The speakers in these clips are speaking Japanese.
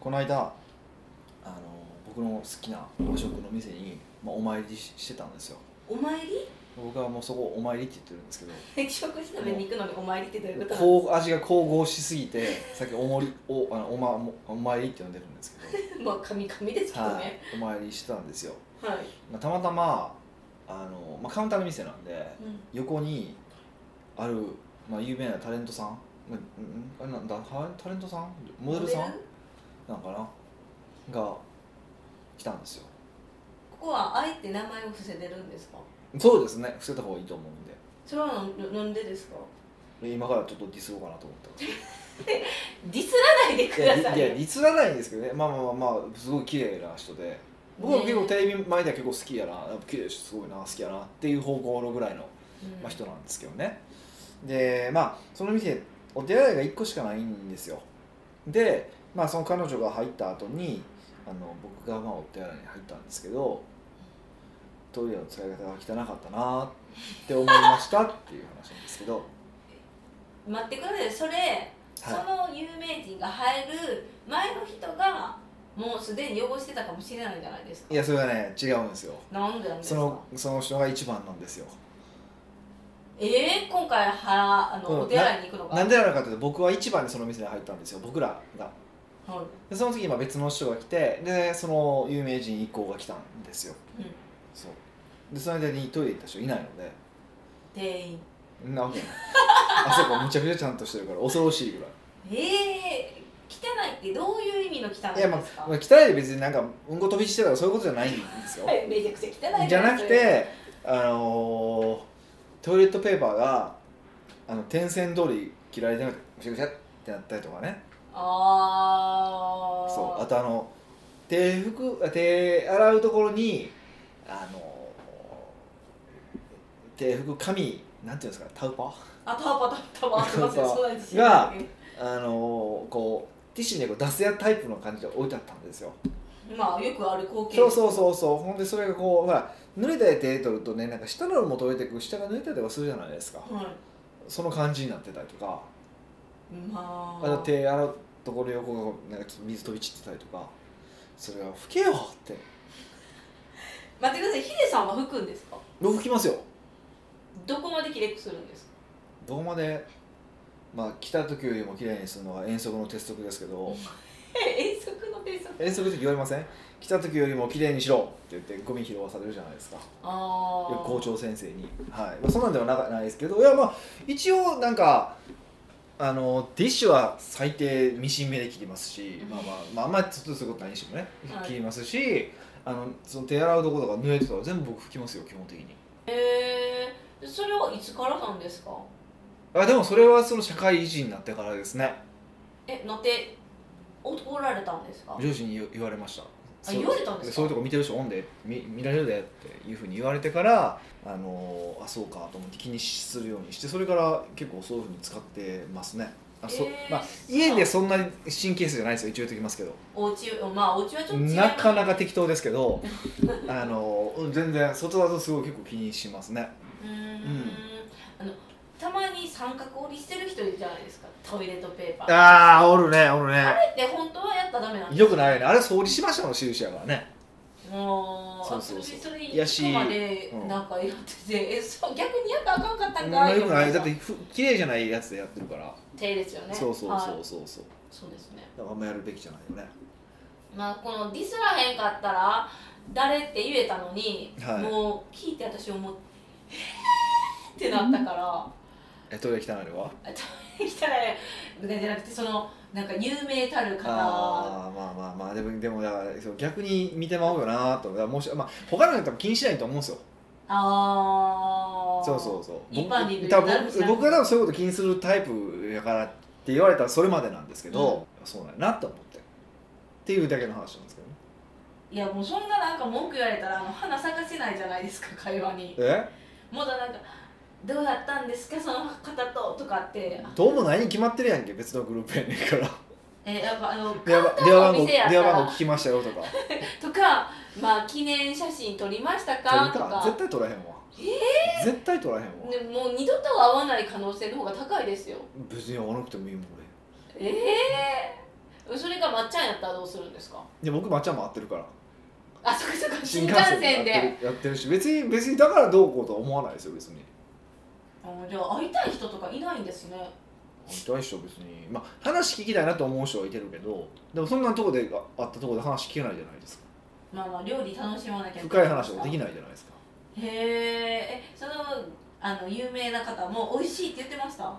この間あの僕の好きな和食の店に、まあ、お参りししてたんですよお参り僕はもうそこお参りって言ってるんですけどえ食事食べに行くのにお参りってどういうことなのこう味が混合しすぎてさっきおもりおあのお,、ま、お参りって呼んでるんです けどまあ神々ですけどはいね、お参りしてたんですよ、はい、まあ、たまたまあの、まあ、カウンターの店なんでうん横にある、まあ、有名なタレントさん、まあ、んんあれなんだタタレントさんモデルさんなんかなが来たんですよここはあえて名前を伏せてるんですかそうですね伏せた方がいいと思うんでそれはなんなんでですか今からちょっとディスろうかなと思ってますディスらないでく いやだいさやいデよィスらないんですけどねまあまあまあ、まあ、すごい綺麗な人で僕は結構ねテレビ前では結構好きやなやっぱ綺麗だしすごいな好きやなっていう方向のぐらいの、うんまあ、人なんですけどねでまあその店お手洗いが1個しかないんですよでまあその彼女が入った後にあの僕がまあお手洗いに入ったんですけどトイレの使い方が汚かったなって思いましたっていう話なんですけど、待ってくださいそれ、 そはの有名人が入る前の人がもうすでに汚してたかもしれないじゃないですかい、いやそれはね違うんですよなんでなんですそかのその人が一番なんですよえー、今回はあの、うんお手洗いに行くのがなんでなのかというと僕は一番にその店に入ったんですよ僕らがはいでその時今別の人が来てでその有名人以降が来たんですよ、うんそうでその間にトイレ行った人いないので店員んなわけない あそこむちゃくちゃちゃんとしてるから恐ろしいぐらいええ汚いってどういう意味の汚いんですかいやまあまあ汚いで別になんかうんこ飛びしてたらそういうことじゃないんですよめちゃくちゃ汚いじゃなくてあのートイレットペーパーがあの点線通り切られてなくてむしゃくしゃってなったりとかねああそうあとあの手拭く手洗うところにあの手拭く紙なんていうんですかタウパあタワパタワパそうそうそうなんですよがあのこうティッシュにこう出すやタイプの感じで置いてあったんですよまあよくある光景そうそうそうそうほんでそれがこうほら濡れた手取るとねなんか下のも取れてく下が濡れたりとかするじゃないですかはいその感じになってたりとかまああと手洗うところ横がこうなんかちょっと水飛び散ってたりとかそれが拭けよって待ってくださいヒデさんは吹くんですか僕拭きますよどこまでキレックするんですかどこまで、まあ、来た時よりも綺麗にするのが遠足の鉄則ですけどえ遠足の遠足遠足の時言われません来た時よりも綺麗にしろって言ってゴミ拾わされるじゃないですかああよく校長先生に、はいまあ、そんなんではなかないですけどいやまあ一応なんかあのティッシュは最低ミシン目で切りますし、まあまあ、まあ、あんまりつつすることないにしてもね、はい切りますしあのその手洗うところとか濡れてたら全部僕拭きますよ基本的にえー、それはいつからなんですかあでもそれはその社会維持になってからですねえなんて怒られたんですか上司に言言われましたそう言われたんですかそういうとこ見てる人おんで見見られるでっていうふうに言われてからあのーあそうかと思って気にするようにしてそれから結構そういうふうに使ってますねあそ、えーまあ、家でそんなに神経質じゃないですよ一応言っときますけどお家まあお家はちょっと違いますなかなか適当ですけ どあのーうん全然外だとすごい結構気にしますねうーんあのたまに三角折りしてる人いるじゃないですかトイレットペーパーああおるねおるあねれって本当はやったらダメなんですよくないよねあれ総理しましたの印やからねもうそうそうそうそれそれいやし行くまでうんなんかやってて、えそう逆にやったらあかんかったうんんかよくないだっててふ綺麗じゃないやつでやってるから、手ですよねそうそうはそいうそうそうそうですねだからあんまやるべきじゃないよねまあこのディスらへんかったら誰って言えたのに、はいもう聞いて私思ってえーってなったから えトイレ汚いのは来たらじゃなくてそのなんか有名たる方ああまあまあまあでもでもだからそう逆に見てまおうよなとだからもし、まあ、他の人は多分気にしないと思うんですよああそうそうそう一般人僕で多誰も知分らない僕が多分そういうこと気にするタイプやからって言われたらそれまでなんですけど、そうなんやなと思ってっていうだけの話なんですけいやもうそんななんか文句言われたらあの花咲かせないじゃないですか会話にどねもうだなんか「どうだったんですかその方と」とかってえどうもないに決まってるやんけ別のグループやねんからえやっぱあの電話電話番号電話番号聞号きましたよとかとかまあ記念写真撮りました取かるとか絶か対取らへんわ絶対取らへんわでもう二度と会わない可能性の方が高いですよ別に会わなくてもいいもん俺ええそれがまっちゃんやったらどうするんですかで僕まっちゃんも会ってるからあそっかそっか新幹線でやってるやってるし別に別にだからどうこうとは思わないですよ別にあじゃあ会いたい人とかいないんですね会いたい人は別にまあ話聞きたいなと思う人はいてるけどでもそんなとこであ会ったとこで話聞けないじゃないですかまあまあ料理楽しまなきゃ深い話もできいないじゃないですかへええそのあの有名な方も美味しいって言ってました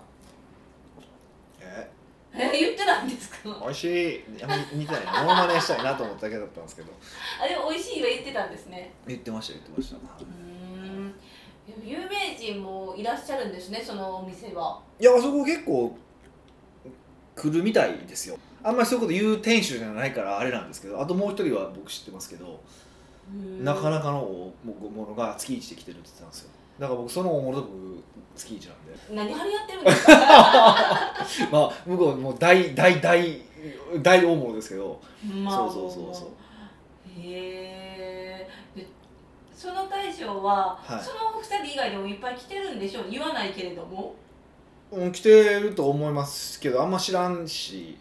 ええ言ってないんですか美味しいやめみたいなモノマネしたいなと思っただけだったんですけどあでも美味しいは言ってたんですね言ってました言ってました、はいうーん有名人もいらっしゃるんですねそのお店はいやあそこ結構来るみたいですよあんまりそういうこと言う店主じゃないからあれなんですけどあともう一人は僕知ってますけど、なかかなかの大物が月一で来てるって言ってたんですよだから僕その大物と僕月一なんで何張り合ってるん ですかまあ向こうもう大大大大大物ですけどまそうそうそうそうへえでその大将は、はいその2人以外でもいっぱい来てるんでしょう言わないけれども、うん、来てると思いますけどあんま知らんし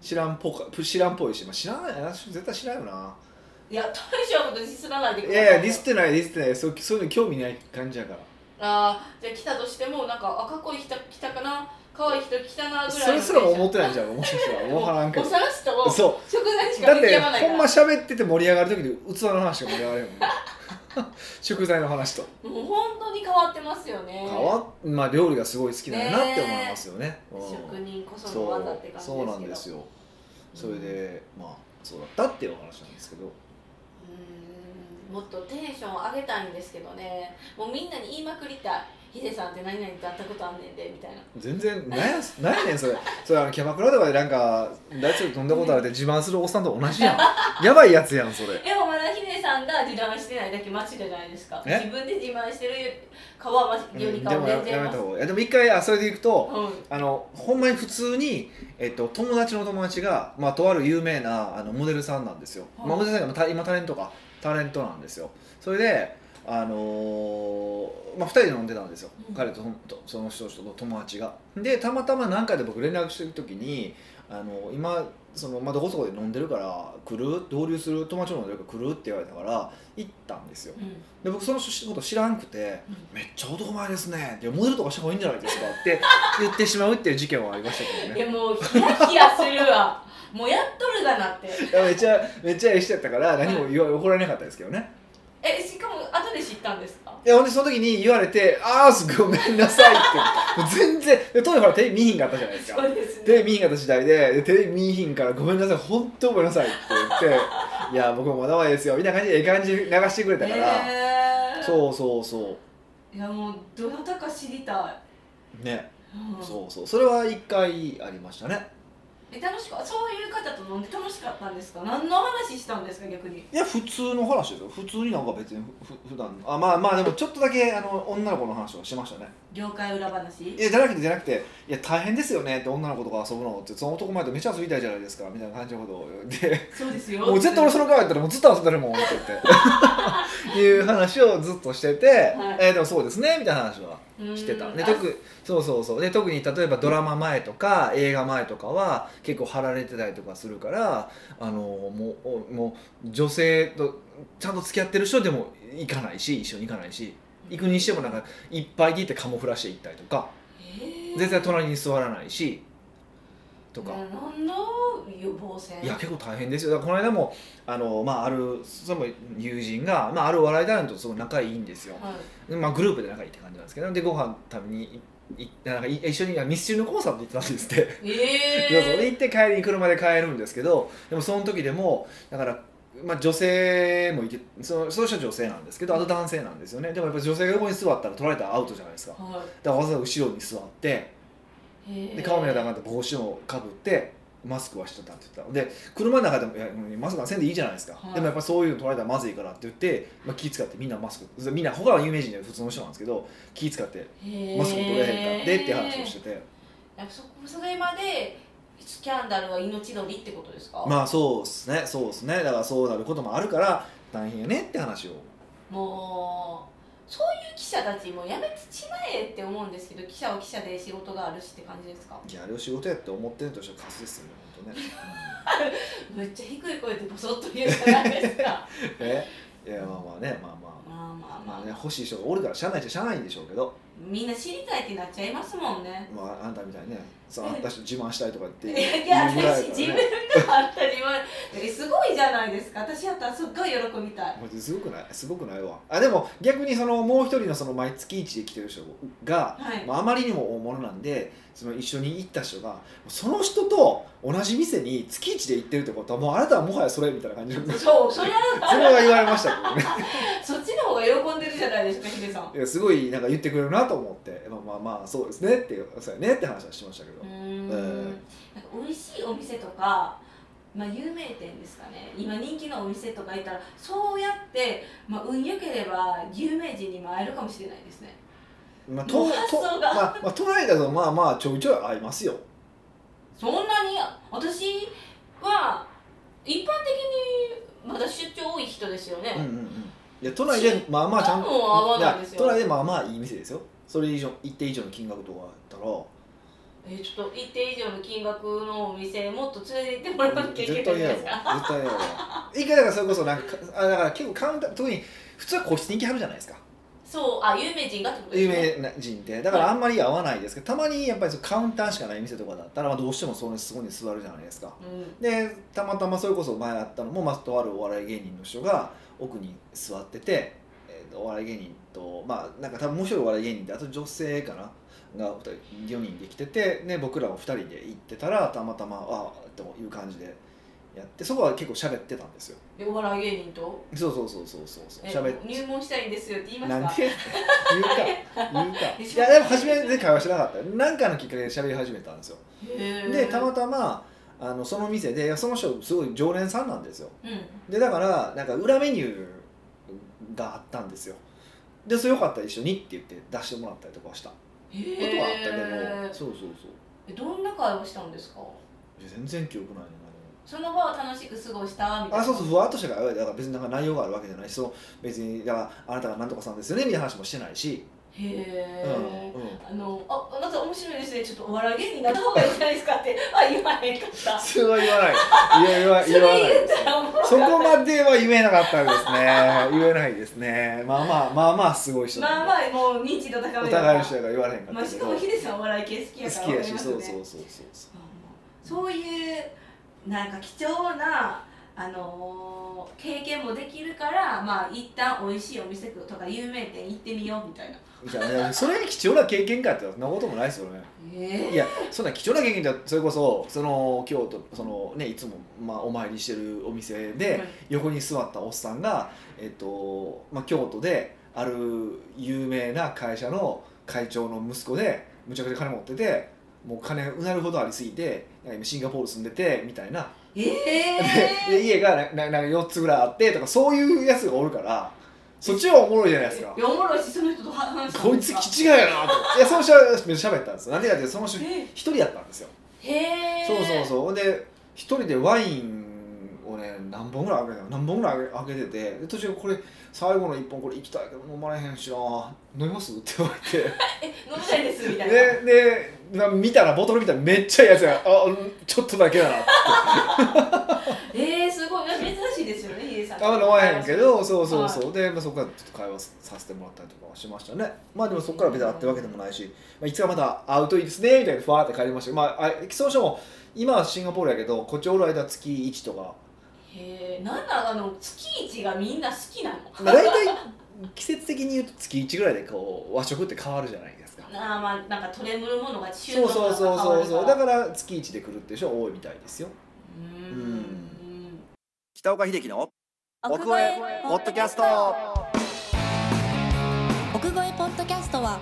知らんぽか知らんぽいし、まあ、知らないな絶対知らんよないや大将のことディスらないでいくださいやいやディスってないディスってないそうそういうの興味ない感じやからあーじゃあ来たとしてもなんかあかっこいい人来たかな可愛い人来たなぐらいそれすらも思っってないんじゃんもしかしたらももうはらんけうど探すとそ食材しうかだっ出来て上がらないからほんま喋ってて盛り上がる時に器の話が盛り上がるよね食材の話ともう本当に変わってますよね変わっまあ料理がすごい好きなんやなって思いますよねうん職人こそのそう技って感じですけどそうなんですよそれでまあそうだったっていうお話なんですけどうーんもっとテンション上げたいんですけどねもうみんなに言いまくりたいヒデさんって何々と会ったことあんねんでみたいな全然なんやなんやねんそれそれあのキャバクラとかでなんか大地飲んだことあるって自慢するおっさんと同じやんやばいやつやんそれでもまだヒデさんが自慢してないだけマシじゃないですかえ自分で自慢してる顔はマ シようりんかではもや全や然めマたシ方がいいいやでも一回あそれでいくと、うんあのほんまに普通に、えっと、友達の友達が、まあ、とある有名なあのモデルさんなんですよ、はいまあ、モデルさんがた今タレントかタレントなんですよそれで、あのーまあ、2人で飲んでたんですよ、うん彼ととその人と友達がでたまたま何かで僕連絡してる時にあの今その、まあ、どこそこで飲んでるから来る合流する友達と飲んでるから来るって言われたから行ったんですようんで僕その人のこと知らんくてうんめっちゃ男前ですねってモデルとかした方がいいんじゃないですか って言ってしまうっていう事件はありましたけどいねやもうヒヤヒヤするわもうやっとるがなっていやめっちゃめっちゃええ人やったから何も言わ怒られなかったですけどねえしかも後で知ったんですかいやほんでその時に言われて「ああごめんなさい」ってもう全然で当時ほらテレビ見ひんかったじゃないですかそうですテレねビ見ひんかった時代ででテレビ見ひんから「ごめんなさい本当ごめんなさい」って言って「いや僕もまだまだですよ」みたいな感じでええ感じに流してくれたから、へーそうそうそいやもうどなたか知りたうね、い、うんそうそうそれは一回ありましたねえ楽しかそういう方と飲んで楽しかったんですか何の話したんですか逆にいや普通の話ですよ普通になんか別にふふ普段あまあまあでもちょっとだけあの女の子の話をしましたね業界裏話いやじゃなくてじゃなくて「いや大変ですよね」って女の子とか遊ぶのってその男前とめっちゃ遊びたいじゃないですかみたいな感じのことをでそうですよもう絶対俺その顔やったらもうずっと遊んでるもん」って 言っていう話をずっとしてて「はいえーでもそうですね」みたいな話はうんしてたであ特そうそうそうで特に例えばドラマ前とか映画前とかは結構貼られてたりとかするからあのもうおもう女性とちゃんと付き合ってる人でも行かないし一緒に行かないし行くにしてもなんかいっぱい聞いてカモフラして行ったりとかえー絶対隣に座らないしとか。な何の予防線いや結構大変ですよだからこの間もあの、まあ、あるそれも友人が、まあ、あるお笑いタレントとすごい仲いいんですよ、はいまあ、グループで仲いいって感じなんですけどでご飯食べにいいなんかい一緒にミスチルのコンサート行ってたんですって、 えそうそうで行って帰りに車で帰るんですけどでもその時でもだから、まあ、女性もいてそのその人は女性なんですけどあと男性なんですよねでもやっぱり女性が横に座ったら取られたらアウトじゃないですかだかはらわざわざ後ろに座っていで顔見ながらがなんか帽子をかぶってマスクはしてたって言ったで車の中でもいやうんマスクはせんでいいじゃないですか、はいでもやっぱそういうの取られたらまずいからって言って、まあ、気使ってみんなマスクみんな他は有名人で普通の人なんですけど気使ってマスク取れへんかってっていう話をしてて、やっぱそこそれまでスキャンダルは命取りってことですか、まあそうですねそうですねだからそうなることもあるから大変やねって話をもうそういう記者たちもやめてちまえって思うんですけど記者は記者で仕事があるしって感じですかいやあれを仕事やって思ってるとしたらカスですよね本ど ね、めっちゃ低い声でボソッと言うじゃないです かうんえいやまあまあねまあままあまああままあ、あね欲しい人がおるからしゃあないっちゃしゃあないんでしょうけど、みんな知りたいってなっちゃいますもんねまあ、あんたみたいにねそうあんた人自慢したいとかっていいうやいや言うぐらい私自分だかがあったりはすごいじゃないですか私やったらすっごい喜びたいらねもうすごくないすごくないわあでも逆にそのもう一人のその毎月一で来てる人が、はいまあ、あまりにも大物なんでその一緒に行った人がその人と同じ店に月一で行ってるってことはもうあなたはもはやそれみたいな感じなんでそうそりゃそれは言われましたけど ねそっちの方が喜んでるじゃないですかヒデさんいやすごいなんか言ってくれるなと思ってまあまあまあそうですねっていうそうやねって話はしましたけど、うーんええなんか美味しいお店とか、まあ、有名店ですかね今人気のお店とか行ったらそうやって、まあ、運良ければ有名人にも会えるかもしれないですねまあ、もとう発と想まがあ、まあ、都内だとまあまあちょいちょい合いますよそんなに私は一般的にまだ出張多い人ですよね、うんうんうんいや都内でまあまあちゃんと多分合わないですよや都内でまあまあいい店ですよそれ以上一定以上の金額とかだ ったえーちょっと一定以上の金額のお店もっと連れて行ってもらわならきゃいけ絶ない対じゃ嫌やなわいです絶か対嫌やわ一回だからそれこそなんかあだから結構カウンター特に普通は個室に行きはるじゃないですかそうあ有名人がってことで有すね名な人ってだからあんまり合わないですけどたまにやっぱりそのカウンターしかない店とかだったら、まあ、どうしてもそのそこに座るじゃないですかうんでたまたまそれこそ前あったのも、まあ、とあるお笑い芸人の人が奥に座ってて、えーお笑い芸人とまあなんか多分面白いお笑い芸人であと女性かなが4人で来てて、ね、僕らも2人で行ってたらたまたまああという感じでやってそこは結構喋ってたんですよでお笑い芸人とそうそうそうそうそうそうえ喋っ入門したいんですよって言いまなすんかで言うか 言うかえいやでも初めで会話してなかった何かのきっかけで喋り始めたんですよへーでたまたまあのその店でいやその人すごい常連さんなんですようんでだからなんか裏メニューがあったんですよでそれよかったら一緒にって言って出してもらったりとかしたこへとはあったけど、えそうそうそうどんな会話したんですかいや全然記憶ないねその場を楽しく過ごしたみたいなあそうそうふわっとしたからだから別になんか内容があるわけじゃないしその別にだからあなたが何とかさんですよねみたいな話もしてないし、へえ、うんうんあのああなた面白いですねちょっとお笑い芸人になった方がいいんじゃないですかってあ言わへんかったそそれは言わないいや言われ言わない言ったらもうそこまでは言えなかったですね言えないですねまあまあまあまあすごい人まああまあもう認知度高めだからお互いの人やから言われへんかまっあ、たしけかど、もヒデさんお笑い系好きやから好きわやかりしますそねうそうそうそうそうそういうなんか貴重な、あのー経験もできるからまあ一旦美味しいお店とか有名店行ってみようみたいなじゃあねそれが貴重な経験かってそんなこともないですよねえいやそんな貴重な経験じゃそれこそその京都そのねいつもまあお参りしてるお店で、横に座ったおっさんが、えっとまあ、京都である有名な会社の会長の息子でむちゃくちゃ金持っててもう金うなるほどありすぎてなんか今シンガポール住んでてみたいな、えででえ家がなななんか4つぐらいあってとかそういうやつがおるからそっちはおもろいじゃないですかい。やおもろいしその人と話したこんいでつすか気違いやなといやその人はめっちゃ喋ったんですよなんでかっていうとその人一え人やったんですよへえそうそうそうほんで一人でワインをね何本ぐらい開けて何本ぐらい開けててで途中これ最後の1本これ行きたいけど飲まれへんしな飲みますって言われえ飲みたいですみたいな、てでで、まあ見たらボトル見たらめっちゃいいやつやあうんちょっとだけだなってええすごい珍しいですよねヒデさんあんま飲まへんけどそうそうそうで、まあ、そこからちょっと会話させてもらったりとかはしましたねまあでもそこから別に会ってるわけでもないし、まあ、いつかまた会うといいですねみたいなふわーって帰りましたけどまああそうしても今はシンガポールやけどこっちおる間月1とかへえなんなんあの月一がみんな好きなのまあ大体 季節的に言うと月1ぐらいでこう和食って変わるじゃないですかなあまあなんかトレムるものが収そう納そうそうが変わそうるそうかだらから月1で来るっていう人は多いみたいですようーうん北岡秀樹の奥越えポッドキャスト奥越えポッドキャストは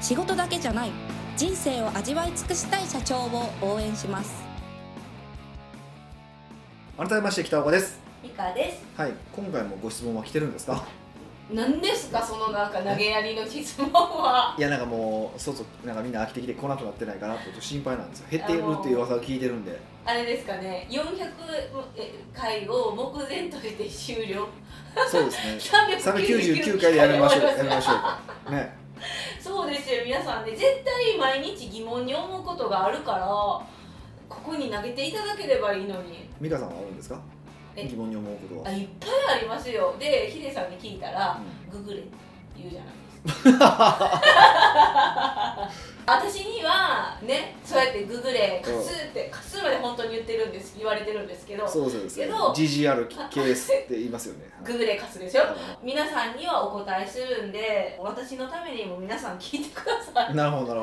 仕事だけじゃない人生を味わい尽くしたい社長を応援します改めまして北岡ですミカですはい今回もご質問は来てるんですか何ですかそのなんか投げやりの質問はいやなんかもうそうそうなんかみんな飽きてきて来なくなってないかなってちょっと心配なんですよ減ってるっていう噂を聞いてるんであれですかね400回を目前として終了そうですね399 399回でやめましょうやめましょうかねそうですよ皆さんね絶対毎日疑問に思うことがあるからここに投げていただければいいのに美香さんはあるんですかえ疑問に思うことはあいっぱいありますよでヒデさんに聞いたら「ググれ」って言うじゃないですか私にはねそうやって「ググれ」「カス」って「カス」まで本当に言ってるんです言われてるんですけどうんそうそうですねけど GGR ケースって言いますよね「ググれカス」ですよ皆さんにはお答えするんで私のためにも皆さん聞いてくださいはいなるほどなる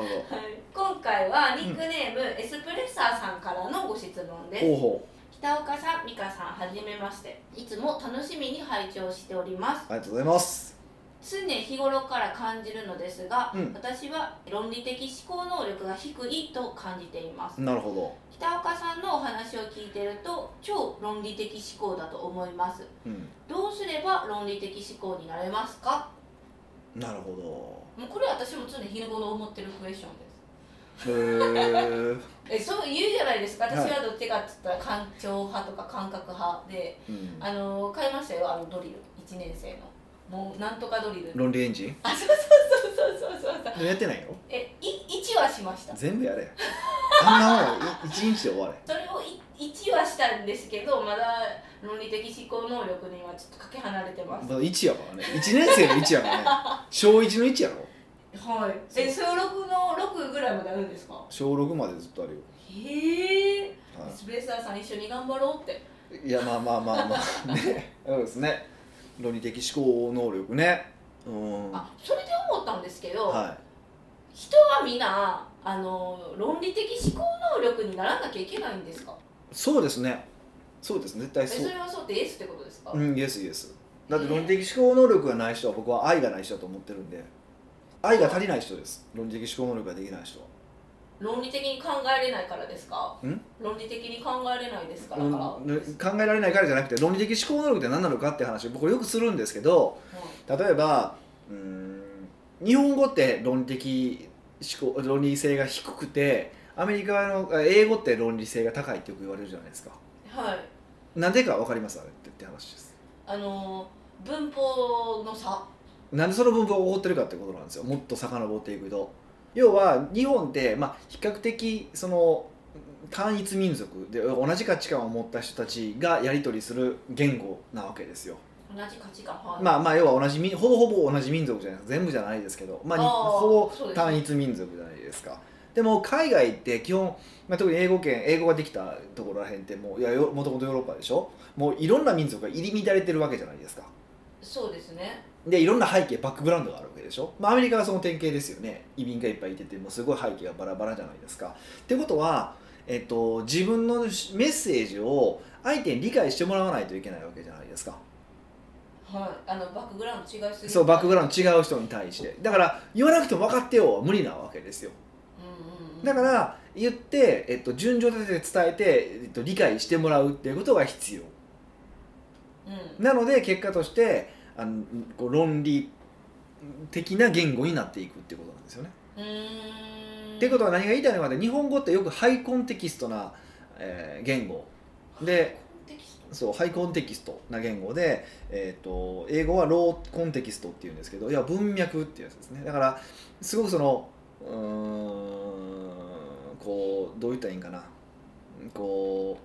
ほ今回はニックネーム、エスプレッサーさんからのご質問どほでうすほ北岡さん美香さんはじめましていつも楽しみに拝聴しておりますうありがとうございます常日頃から感じるのですが、うん私は論理的思考能力が低いと感じていますなるほど北岡さんのお話を聞いてると超論理的思考だと思いますうんどうすれば論理的思考になれますかなるほもうこれ私も常日頃思ってるクエスチョンですどへーえそう言うじゃないですかはい私はどっちかっつったら感情派とか感覚派で、うんあの買いましたよあのドリル1年生のもうなんとかドリル論理エンジンあそうそうそうそうそうそうやってないよえい1はしました全部やれあんなもんい一日で終われそれを1はしたんですけどまだ論理的思考能力にはちょっとかけ離れてます、まあ1やからね1年生の1やから ね小1の1やろはいえ小6の6ぐらいまであるんですか小6までずっとあるよ、へえはスペーサーさん一緒に頑張ろうってい、いやまあまあまあまあねそうですね論理的思考能力ねうんはあそれで思ったんですけど、い人は皆あの論理的思考能力にならなきゃいけないんですかそうですねそうですね絶対えそそうれはそうってエースってことですか、うんイエスイエスだって論理的思考能力がない人は僕は愛がない人だと思ってるんで愛が足りない人です論理的思考能力ができない人は論理的に考えれないからですかん論理的に考えれないですからうんから、はい考えられないからじゃなくて論理的思考能力って何なのかって話を僕よくするんですけど例えばうーん日本語って論理的思考論理性が低くてアメリカのあ英語って論理性が高いってよく言われるじゃないですかはいなんでか分かりますあれってって話ですあの文法の差なんでその文法が起こってるかってことなんですよもっと遡っていくと要は日本って、まあ、比較的その単一民族で同じ価値観を持った人たちがやり取りする言語なわけですよ同じ価値観はいまあまあ要は同じみほぼほぼ同じ民族じゃないですか全部じゃないですけど、まあ、にあーほそぼうです単一民族じゃないですかでも海外って基本、まあ、特に英語圏英語ができたところらへんってもういやよもともとヨーロッパでしょもういろんな民族が入り乱れてるわけじゃないですかそうですねでいろんな背景バックグラウンドがあるわけでしょ、まあ、アメリカはその典型ですよね移民がいっぱいいててもうすごい背景がバラバラじゃないですかってことは、えっと、自分のメッセージを相手に理解してもらわないといけないわけじゃないですかはいあのバックグラウンド違いすぎるそうバックグラウンド違う人に対してだから言わなくても分かってよは無理なわけですようんうんうんだから言って、えっと、順序立てて伝えて、えっと、理解してもらうっていうことが必要うんなので結果としてあのこう論理的な言語になっていくってことなんですよね。うーんってことは何が言いたいのかって日本語ってよくハイコンテキストな、えー言語でコンテキストそうハイコンテキストな言語で、えー、と英語はローコンテキストっていうんですけどいや文脈っていうやつですねだからすごくそのうーんこうどう言ったらいいんかなこ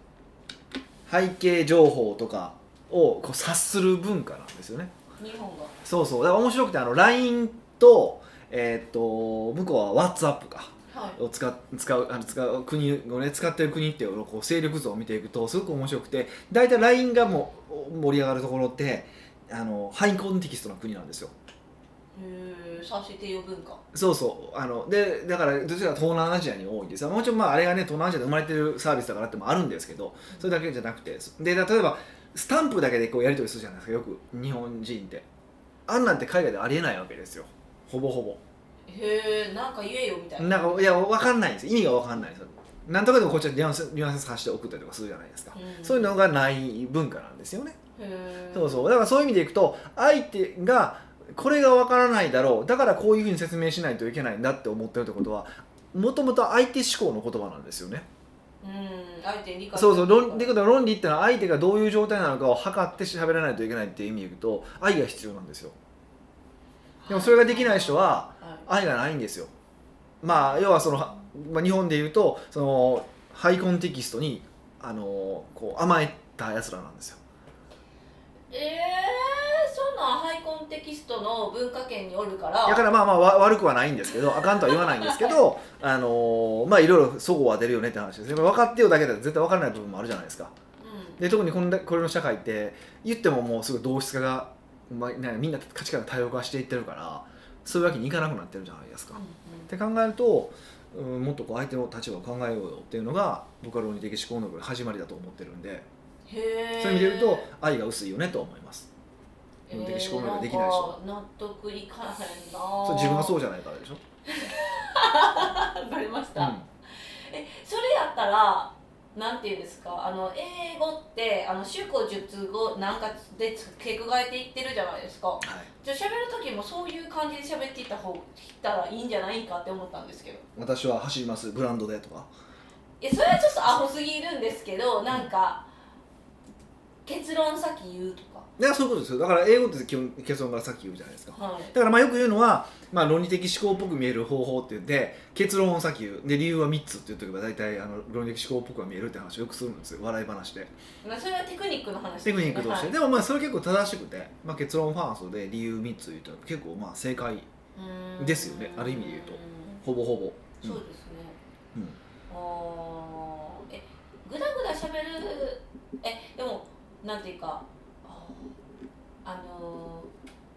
う背景情報とかをこう察する文化なんですよね日本がそうそうだから面白くてあの LINE と,、えー、と向こうは WhatsApp かはいを使っ使うあの使う国を、ね、使ってる国っていうのをこう勢力図を見ていくとすごく面白くて大体 LINE がもう盛り上がるところってあのハイコンテキストな国なんですよへーさせて呼ぶんかそうそうあのでだからどちらか東南アジアに多いんですよもちろんまああれがね東南アジアで生まれてるサービスだからってもあるんですけどそれだけじゃなくてで例えばスタンプだけでこうやり取りするじゃないですかよく日本人ってあんなんて海外でありえないわけですよほぼほぼへえんか言えよみたいななんかいや分かんないんです意味が分かんないんですよなんとかでもこっちはニュアンスニュアンスさせて送ったりとかするじゃないですか、うんそういうのがない文化なんですよね、へーそうそうだからそういう意味でいくと相手がこれが分からないだろうだからこういうふうに説明しないといけないんだって思ってるってことはもともと相手思考の言葉なんですよねうん、相手に理解そうそう論ってことは論理ってのは相手がどういう状態なのかを測って喋らないといけないっていう意味でいくと愛が必要なんですよでもそれができない人ははい愛がないんですよまあ要はその、まあ、日本で言うとそのハイコンテキストにあのこう甘えたやつらなんですよええそんなんハイコンテキストの文化圏におるからだからまあまあわ悪くはないんですけどあかんとは言わないんですけどあのまあいろいろそごは出るよねって話ですね分かってよだけでは絶対分からない部分もあるじゃないですかうんで特にこんなこれの社会って言ってももうすぐ同質化が、まあ、なんかみんな価値観が多様化していってるからそういうわけにいかなくなってるじゃないですか。って考えると、うん、もっとこう相手の立場を考えようよっていうのが僕は論理的思考の始まりだと思ってるんでへえそういう意味で言うと愛が薄いよねと思います。論的思考なんかできないでしょえーなんか納得いかへんなそれ自分が そううじゃないからでしょ。バレましうた、ん、えそれやったらなんていうんですかあの英語ってあの主語述語なんかで付け加えていってるじゃないですかはい。じゃあ喋る時もそういう感じで喋っていった方いったらいいんじゃないかって思ったんですけど私は走りますブランドでとか。いやそれはちょっとアホすぎるんですけどなんか結論先言うといやそういうことですよ。だから英語って基本結論からさっき言うじゃないですか。かはいだからまあよく言うのは、まあ、論理的思考っぽく見える方法って言って結論をさっき言うで理由は3つって言っとけば大体あの論理的思考っぽくは見えるって話をよくするんですよ笑い話でまあそれはテクニックの話ですテよクねニックとして、はいでもまあそれ結構正しくて、まあ、結論ファーストで理由3つ言ったら結構まあ正解うーんですよねある意味で言うとほぼほぼ、うんそうですねうんあーえぐだぐだしゃべるえでもなんていうかあーあのー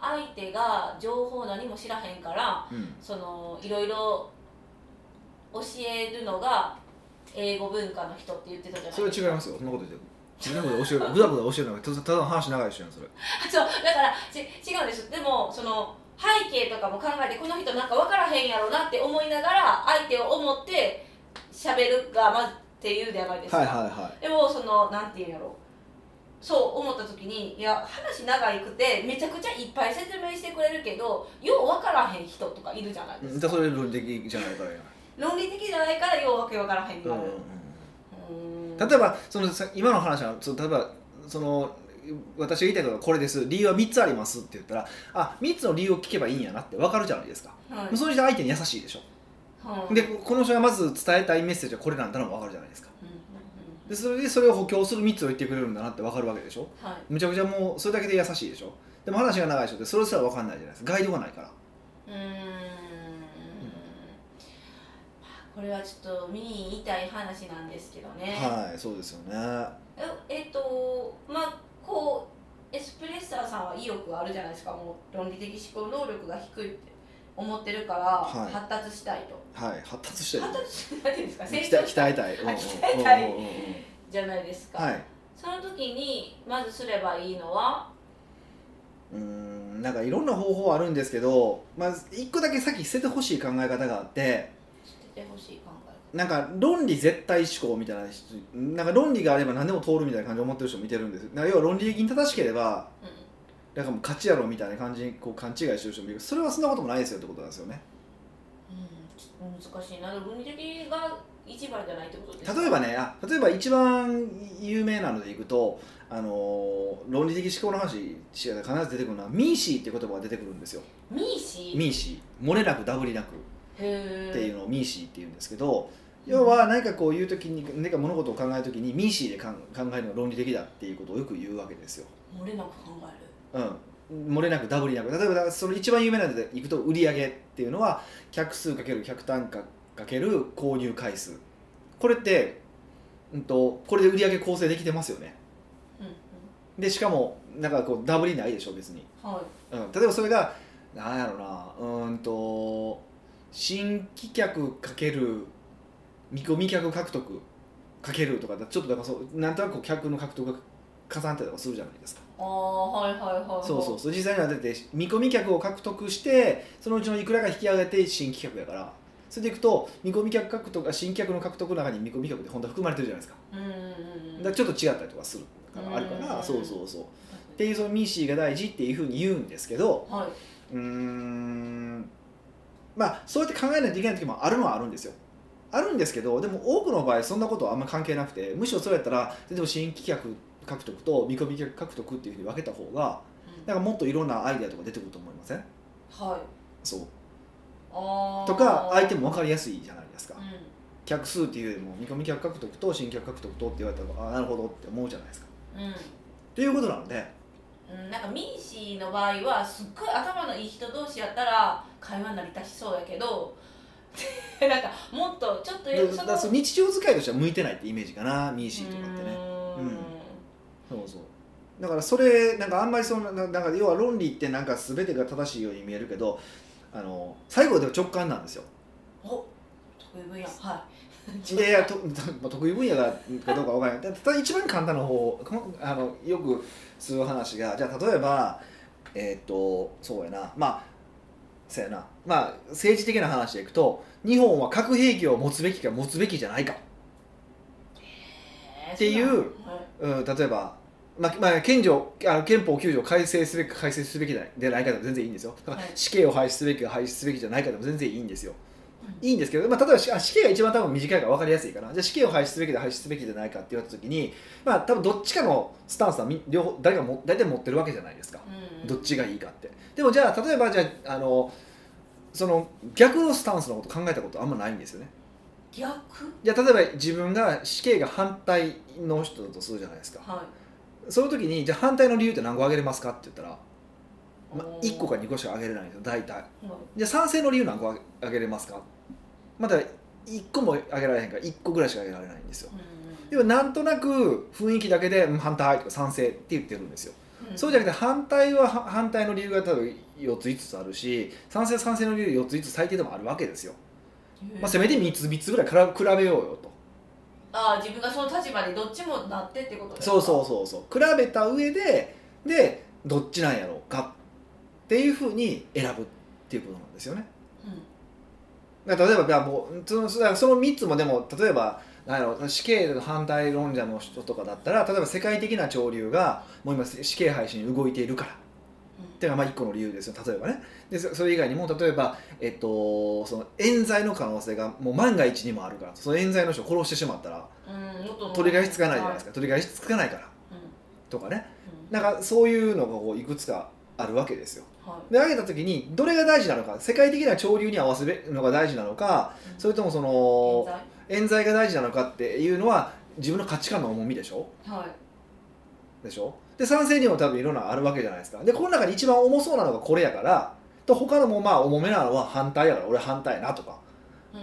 相手が情報何も知らへんからうんそのいろいろ教えるのが英語文化の人って言ってたじゃないそれは違いますよそんなこと言ってもぐだぐだ教えるぐだぐだ教えるなんかただただの話長いしやんそれ そうだからち違うんですでもその背景とかも考えてこの人なんか分からへんやろなって思いながら相手を思って喋るがまずっていうじゃないですか、はいはいはでもそのなんていうんやろそう思った時にいや話長いくてめちゃくちゃいっぱい説明してくれるけどよう分からへん人とかいるじゃないいでうんすじゃかあそれ論理的じゃないからやん論理的じゃないからようわけ分からへんにうんなうんるうん、うーん例えばそのさ今の話はその例えばその私が言いたいことはこれです理由は3つありますって言ったらあ3つの理由を聞けばいいんやなって分かるじゃないですか、はいそうして相手に優しいでしょ、はいでこの人がまず伝えたいメッセージはこれなんだのが分かるじゃないですかうんうんうんでそれでそれを補強する3つを言ってくれるんだなって分かるわけでしょはいむちゃくちゃもうそれだけで優しいでしょでも話が長い人ってそれすら分かんないじゃないですかガイドがないからうーんまあこれはちょっと見に言いたい話なんですけどね、はいそうですよねええっとまあこうエスプレッサーさんは意欲があるじゃないですかもう論理的思考能力が低いって思ってるから、はい発達したいとはい発達してる発達しなんていうんですか成鍛長え鍛えたいうんうん鍛えたいうんうんうんうんじゃないですか、はいその時にまずすればいいのはうーんなんかいろんな方法あるんですけど、まあ、一個だけさっき捨ててほしい考え方があって捨ててほしい考えなんか論理絶対思考みたいな人なんか論理があれば何でも通るみたいな感じで思ってる人もいてるんですなんか要は論理的に正しければ方、うんなんかもう勝ちやろみたいな感じにこう勘違いしてる人もいるそれはそんなこともないですよってことなんですよねうん、ちょっと難しいな論理的が一番じゃないってことですか例えばねあ例えば一番有名なのでいくと、あのー論理的思考の話しか必ず出てくるのはミーシーって言葉が出てくるんですよミーシーミーシー漏れなくダブりなくへーっていうのをミーシーっていうんですけど要は何かこう言う時に何か物事を考える時にミーシーでかん考えるのが論理的だっていうことをよく言うわけですよ。漏れなく考うん漏れなくダブりなく例えばだからその一番有名なのでいくと売り上げっていうのは客数かける客単価かける購入回数これって、うん、とこれで売り上げ構成できてますよねえる、でしかもなんかこうダブりないでしょ別に、うんうん、はいうん、例えばそれがなんやろうなうーんと新規客かける見込み客獲得かけるとかだちょっとだからそうなんとなくこう客の獲得が加算ったりとかするじゃないですかああはいはいはいはいそうそうそう実際にはだって見込み客を獲得してそのうちのいくらか引き上げて新規客やからそれでいくと見込み客獲得が新規客の獲得の中に見込み客って本当は含まれてるじゃないですかうんうんうんだからちょっと違ったりとかするからあるかうらんそうそうそうっていうそのミーシーが大事っていうふうに言うんですけどはいーうんまあそうやって考えないといけない時もあるのはあるんですよあるんですけどでも多くの場合そんなことはあんま関係なくてむしろそれやったらでも新規客獲得と見込み客獲得っていうふうに分けた方がうんなんかもっといろんなアイデアとか出てくると思いませんはいそうああとか相手も分かりやすいじゃないですか、うんっ客数っていうよりも見込み客獲得と新客獲得とって言われたらああなるほどって思うじゃないですかっていうことなのでうん、うん、なんかミーシーの場合はすっごい頭のいい人同士やったら会話成り立ちそうやけど なんかもっとちょっとだだそだからその日常使いとしては向いてないってイメージかなミーシーとかってねうーんうんそうそうだからそれなんかあんまりそのななんか要は論理ってなんか全てが正しいように見えるけどあの最後では直感なんですよお得意分野はいやいやと まあ得意分野だかどうかわからないたただ一番簡単な方このあのよくする話がじゃあ例えばえーっとそうやなまあそうやなまあ政治的な話でいくと日本は核兵器を持つべきか持つべきじゃないかえーっていうそなのはういん、例えば、まあまあ、憲条あの憲法9条を改正すべきか改正すべきでないかでも全然いいんですよだからはい死刑を廃止すべきか廃止すべきじゃないかでも全然いいんですよういいんですけど、まあ、例えばしあ死刑が一番多分短いから分かりやすいからじゃあ死刑を廃止すべきで廃止すべきじゃないかって言われた時にまあ多分どっちかのスタンスはみ両方誰かも大体持ってるわけじゃないですかうんどっちがいいかってでもじゃあ例えばじゃああのその逆のスタンスのこと考えたことあんまないんですよね逆じゃあ例えば自分が死刑が反対の人だとするじゃないですかはその時にじゃあ反対の理由って何個挙げれますかって言ったら、い、まおあ、ー1個か2個しか挙げれないんですよ大体はいじゃあ賛成の理由何個挙げ挙げれますかまだ1個も挙げられへんから1個ぐらいしか挙げられないんですようんでもなんとなく雰囲気だけで「うん反対」とか「賛成」って言ってるんですよ、うんそうじゃなくて反対はは反対の理由が多分4つ5つあるし賛成は賛成の理由4つ5つ最低でもあるわけですよ、うんまあ、せめて3つ3つぐらいから比べようよとああ自分がその立場でどっちもなってってことですかそうそうそうそう比べた上ででどっちなんやろうかっていうふうに選ぶっていうことなんですよねうん、だから例えばじゃあもうそのそその3つもでも例えばなんやろう死刑の反対論者の人とかだったら例えば世界的な潮流がもう今死刑廃止に動いているからっていうのがまあ1個の理由ですよ例えばねでそそれ以外にも例えば、えっと、その冤罪の可能性がもう万が一にもあるからその冤罪の人を殺してしまったらうんうん、もっと取り返しつかないじゃないですか取り返しつかないからうんとかねうんなんかそういうのがこういくつかあるわけですよ。はで挙げた時にどれが大事なのか世界的な潮流に合わせるのが大事なのかい、それともそうんの冤冤罪が大事なのかっていうのは自分の価値観の重みでしょ罪はいでしょで賛成にも多分いろんなのあるわけじゃないですかでこの中で一番重そうなのがこれやからと他のもまあ重めなのは反対やから俺反対やなとか、うん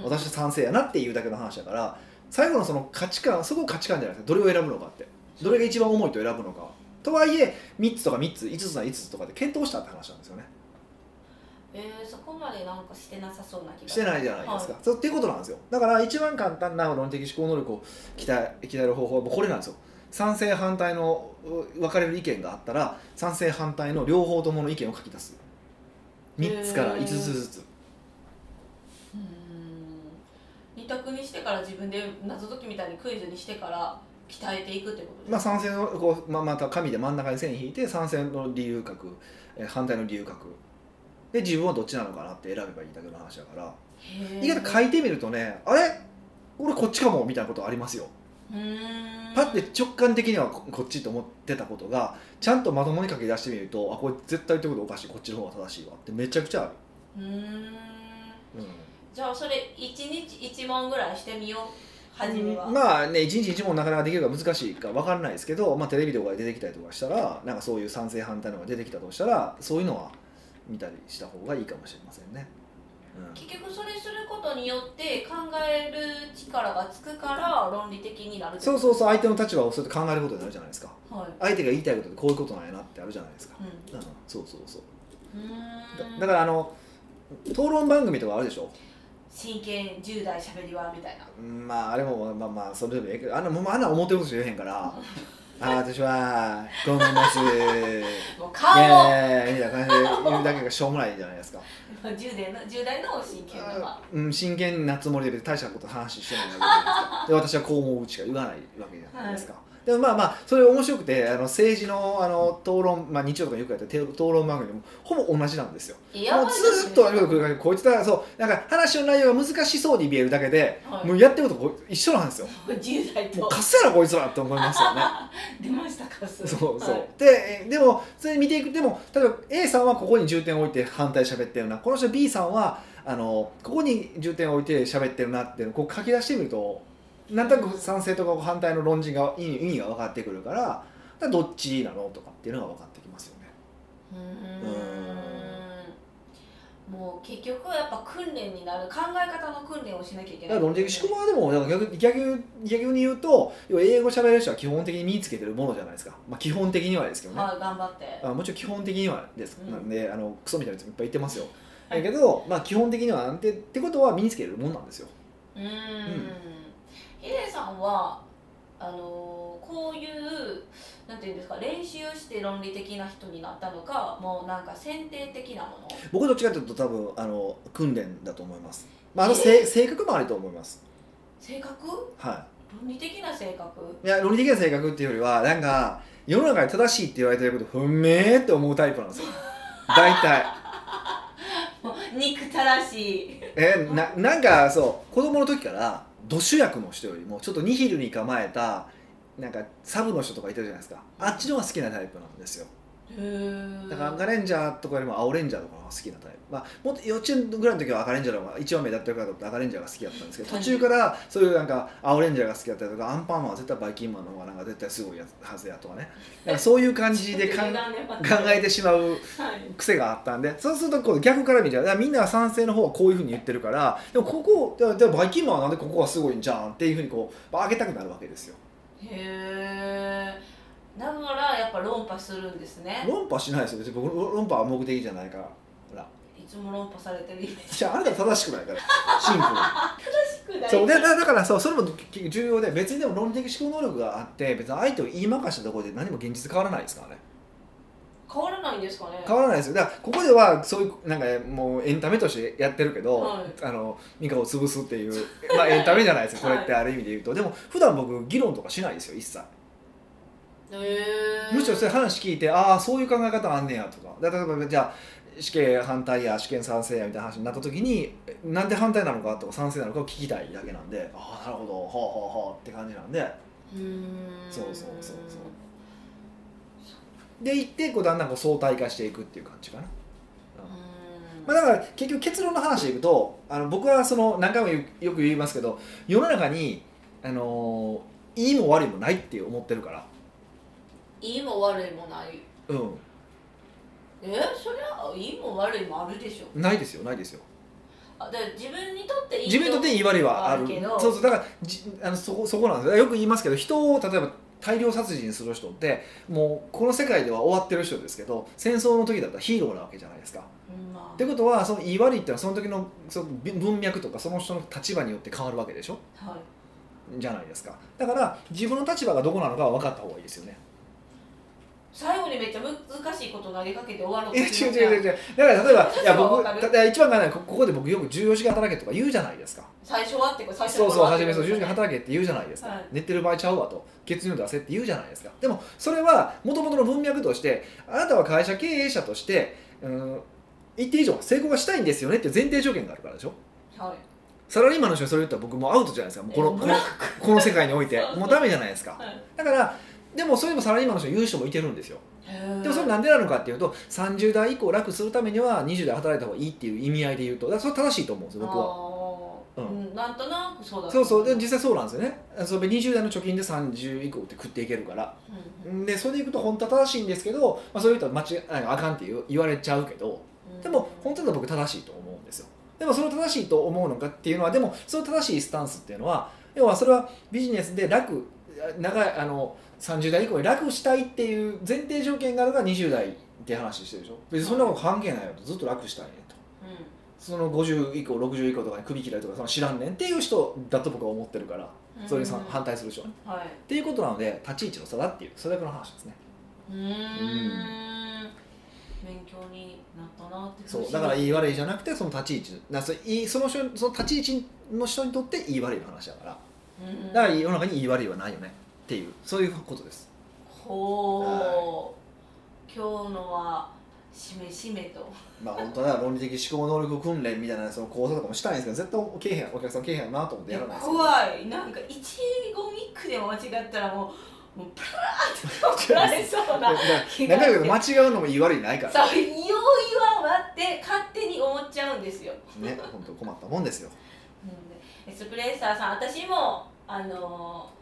私は賛成やなっていうだけの話だから最後のその価値観そこ価値観じゃないですかどれを選ぶのかってどれが一番重いと選ぶのかとはいえ3つとか3つ5つなら5つとかで検討したって話なんですよねえー、そこまでなんかしてなさそうな気がしてないじゃないですか、そうっていうことなんですよだから一番簡単な論的思考能力を鍛え鍛える方法はもうこれなんですよ賛成反対のう分かれる意見があったら賛成反対の両方ともの意見を書き出す3つから5つずつうーん二択にしてから自分で謎解きみたいにクイズにしてから鍛えていくってことですまあ、賛成のこう、まあ、また紙で真ん中に線引いて賛成の理由書くえー反対の理由書くで自分はどっちなのかなって選べばいいだけの話だから意外と書いいてみるとねあれ俺こっちかもみたいなことありますよパッて直感的にはここっちと思ってたことがちゃんとまともに書き出してみるとあこれ絶対言ってることおかしいこっちの方が正しいわってめちゃくちゃある、うーんじゃあそれ一日一問ぐらいしてみよう初めは、まあね一日一問なかなかできるか難しいか分からないですけど、まあ、テレビとかで出てきたりとかしたらなんかそういう賛成反対のが出てきたとしたらそういうのは見たりした方がいいかもしれませんね、結局それすることによって考える力がつくから論理的になるうん、そううそうそう相手の立場をそうやって考えることになるじゃないですかはい相手が言いたいことってこういうことなんやなってあるじゃないですか、ううん、そうそうそうんうだーんだからあの討論番組とかあるでしょ真剣10代しゃべりはみたいなまああれもまあまあそれでもええけどあんなもうあんな思ってることしか言えへんから「あー私はこう思います」も「うイ顔をエーイみたいな感じで言うだけがしょうもないじゃないですか10代の10代の真剣なはうん真剣なつもりで別に大したこと話してないわけじゃないですかで私はこう思うしか言わないわけじゃないですか、でもまあまあそれ面白くてあの政治のあの討論、まあ、日曜とかよくやってる討論番組でもほぼ同じなんですよやばもいうですずーねっとあること繰り返してこいつだそうなんか話の内容が難しそうに見えるだけで、はいもうやってることこう一緒なんですよ10代もうとカスやろこいつらって思いますよね出ましたか すそうそう、はいでえでもそれ見ていくでも例えば A さんはここに重点を置いて反対喋ってるなこの人 B さんはあのここに重点を置いて喋ってるなっていうのをこう書き出してみるとなんとなく賛成とか反対の論じが意味意味が分かってくるからだからどっちなのとかっていうのが分かってきますよね。うーんもう結局やっぱ訓練になる考え方の訓練をしなきゃいけだなから論い理的思考はでもだから逆逆逆に言うと要は英語喋れる人は基本的に身につけてるものじゃないですか、まあ、基本的にはですけどね。はい頑張ってあもちろん基本的にはです、うんなんであのクソみたいなやつもいっぱい言ってますよはいだけど、まあ、基本的には安定ってことは身につけるもんなんですようーんヒデさんはあのーこういうなんていうんですか練習して論理的な人になったのかもうなんか先定的なもの僕どっちかというと多分あの訓練だと思います、まあ、あのえせ性格もあると思います性格は論理的な性 格いいや論理的な性格っていうよりはなんか世の中で正しいって言われてること不明って思うタイプなんです よ大体もう憎たらしいえななんかそう子供の時から土主役の人よりもちょっとニヒルに構えたなんかサブの人とかいてるじゃないですかあっちの方が好きなタイプなんですよだから赤レンジャーとかよりも青レンジャーとかの方が好きなタイプ、まあ、もっと幼稚園ぐらいの時は赤レンジャーの方が一番目立ってるからと思って赤レンジャーが好きだったんですけどはい途中からそういうなんか青レンジャーが好きだったりとかアンパンマンは絶対バイキンマンの方がなんか絶対すごいやつはずやとか ねなんかそういう感じでかん考えてしまうはい癖があったんでそうするとこう逆から見ちゃうだからみんなは賛成の方はこういうふうに言ってるからでもここででもバイキンマンはなんでここがすごいんじゃんっていうふうにこう上げたくなるわけですよへえだからやっぱ論破するんですね論破しないですよ別に僕論破は目的じゃないからほらいつも論破されてるイメージじゃああなた正しくないからシンプルに。正しくないそうでだだからそうそれも結局重要で別にでも論理的思考能力があって別に相手を言いまかしたところで何も現実変わらないですからね変わらないんですかね変わらないですよだからここではそういうなんかもうエンタメとしてやってるけど、はいあのミカを潰すっていう、まあ、エンタメじゃない ですかこれってある意味で言うと、でも普段僕議論とかしないですよ一切へえむしろそういう話聞いてああそういう考え方あんねやとかだから例えばじゃあ死刑反対や死刑賛成やみたいな話になった時にえなんで反対なのかとか賛成なのかを聞きたいだけなんでああなるほどほうほうほうって感じなんで。うーんそうそうそうそうで行ってこうだんだんこう相対化していくっていう感じかな、うーんまあ、だから結局結論の話でいくとあの僕はその何回も言うよく言いますけど世の中に、あのーいいも悪いもないって思ってるからいいも悪いもないうんえそれはいいも悪いもあるでしょないですよないですよあだから自分にとっていい自分にとっていい悪いはあるあるけどそうそうだからじあのそこそこなんですよよく言いますけど人を例えば大量殺人する人ってもうこの世界では終わってる人ですけど戦争の時だったらヒーローなわけじゃないですかうんまっあてことはその言い悪いってのはその時のその文脈とかその人の立場によって変わるわけでしょはいじゃないですかだから自分の立場がどこなのかは分かった方がいいですよ ね最後にめっちゃ難しいこと投げかけて終わろういやと違うじゃん違う違う違うだから例えばいや立場は僕分かるただ一番がないこここで僕よく14時間働けとか言うじゃないですか 最初はってか最初そうそう初めそう十14時間働けって言うじゃないですか、はい寝てる場合ちゃうわと血尿出せって言うじゃないですかでもそれはもともとの文脈としてあなたは会社経営者としてうん一定以上成功がしたいんですよねっていう前提条件があるからでしょはいサラリーマンの人にそれ言ったら僕もうアウトじゃないですかもうこのえこのこの世界においてそうそうもうダメじゃないですかはいだからでもそれでもサラリーマンの人言う人もいてるんですよへえでもそれなんでなのかっていうと30代以降楽するためには20代働いた方がいいっていう意味合いで言うとだからそれ正しいと思うんですよ僕はあーううん、なんとなくそうだそうそうで実際そうなんですよねそれ20代の貯金で30以降って食っていけるからうんでそれでいくと本当は正しいんですけど、まあ、そういう人は間違いあかんって言う言われちゃうけどうんでも本当だと僕正しいと思うんですよでもそれを正しいと思うのかっていうのはでもその正しいスタンスっていうのは要はそれはビジネスで楽長いあの30代以降に楽したいっていう前提条件があるから20代って話してるでしょ別にそんなこと関係ないよとずっと楽したいねとうその50以降60以降とかに首切られとかその知らんねんっていう人だと僕は思ってるからんそれにさうん反対するでしょっはいていうことなので立ち位置の差だっていうそれだけの話ですねうーん勉強になったなってそうだから言い悪いじゃなくてその立ち位置なそいいその人その立ち位置の人にとって言い悪いの話だからだから世の中に言い悪いはないよねうっていうそういうことですほう、今日のはしめしめとまあ本当は論理的思考能力訓練みたいなその講座とかもしたいんですけど絶対けえへんお客さんけえへんなと思ってやらないです怖いなんか一語ミックでも間違ったらもうもうプラーって怒られそうな気が中して身が間違うのも言い悪いないからそう用意は終わって勝手に思っちゃうんですよね本当困ったもんですようんエスプレッサーさん私もあのー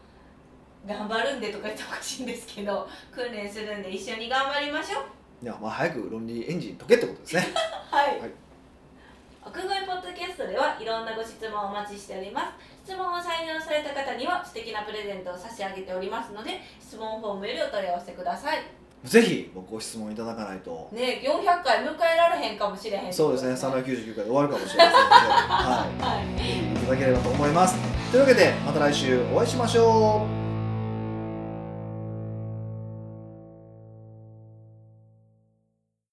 頑張るんでとか言ってほしいんですけど訓練するんで一緒に頑張りましょういやまあ早く論理エンジン解けってことですねはい、はい奥越ポッドキャストではいろんなご質問をお待ちしております質問を採用された方には素敵なプレゼントを差し上げておりますので質問フォームよりお問い合わせくださいぜひ僕ご質問いただかないとねえ400回迎えられへんかもしれへんってそこうとですね399回で終わるかもし れませんので、ははいい、いただければと思いますというわけでまた来週お会いしましょう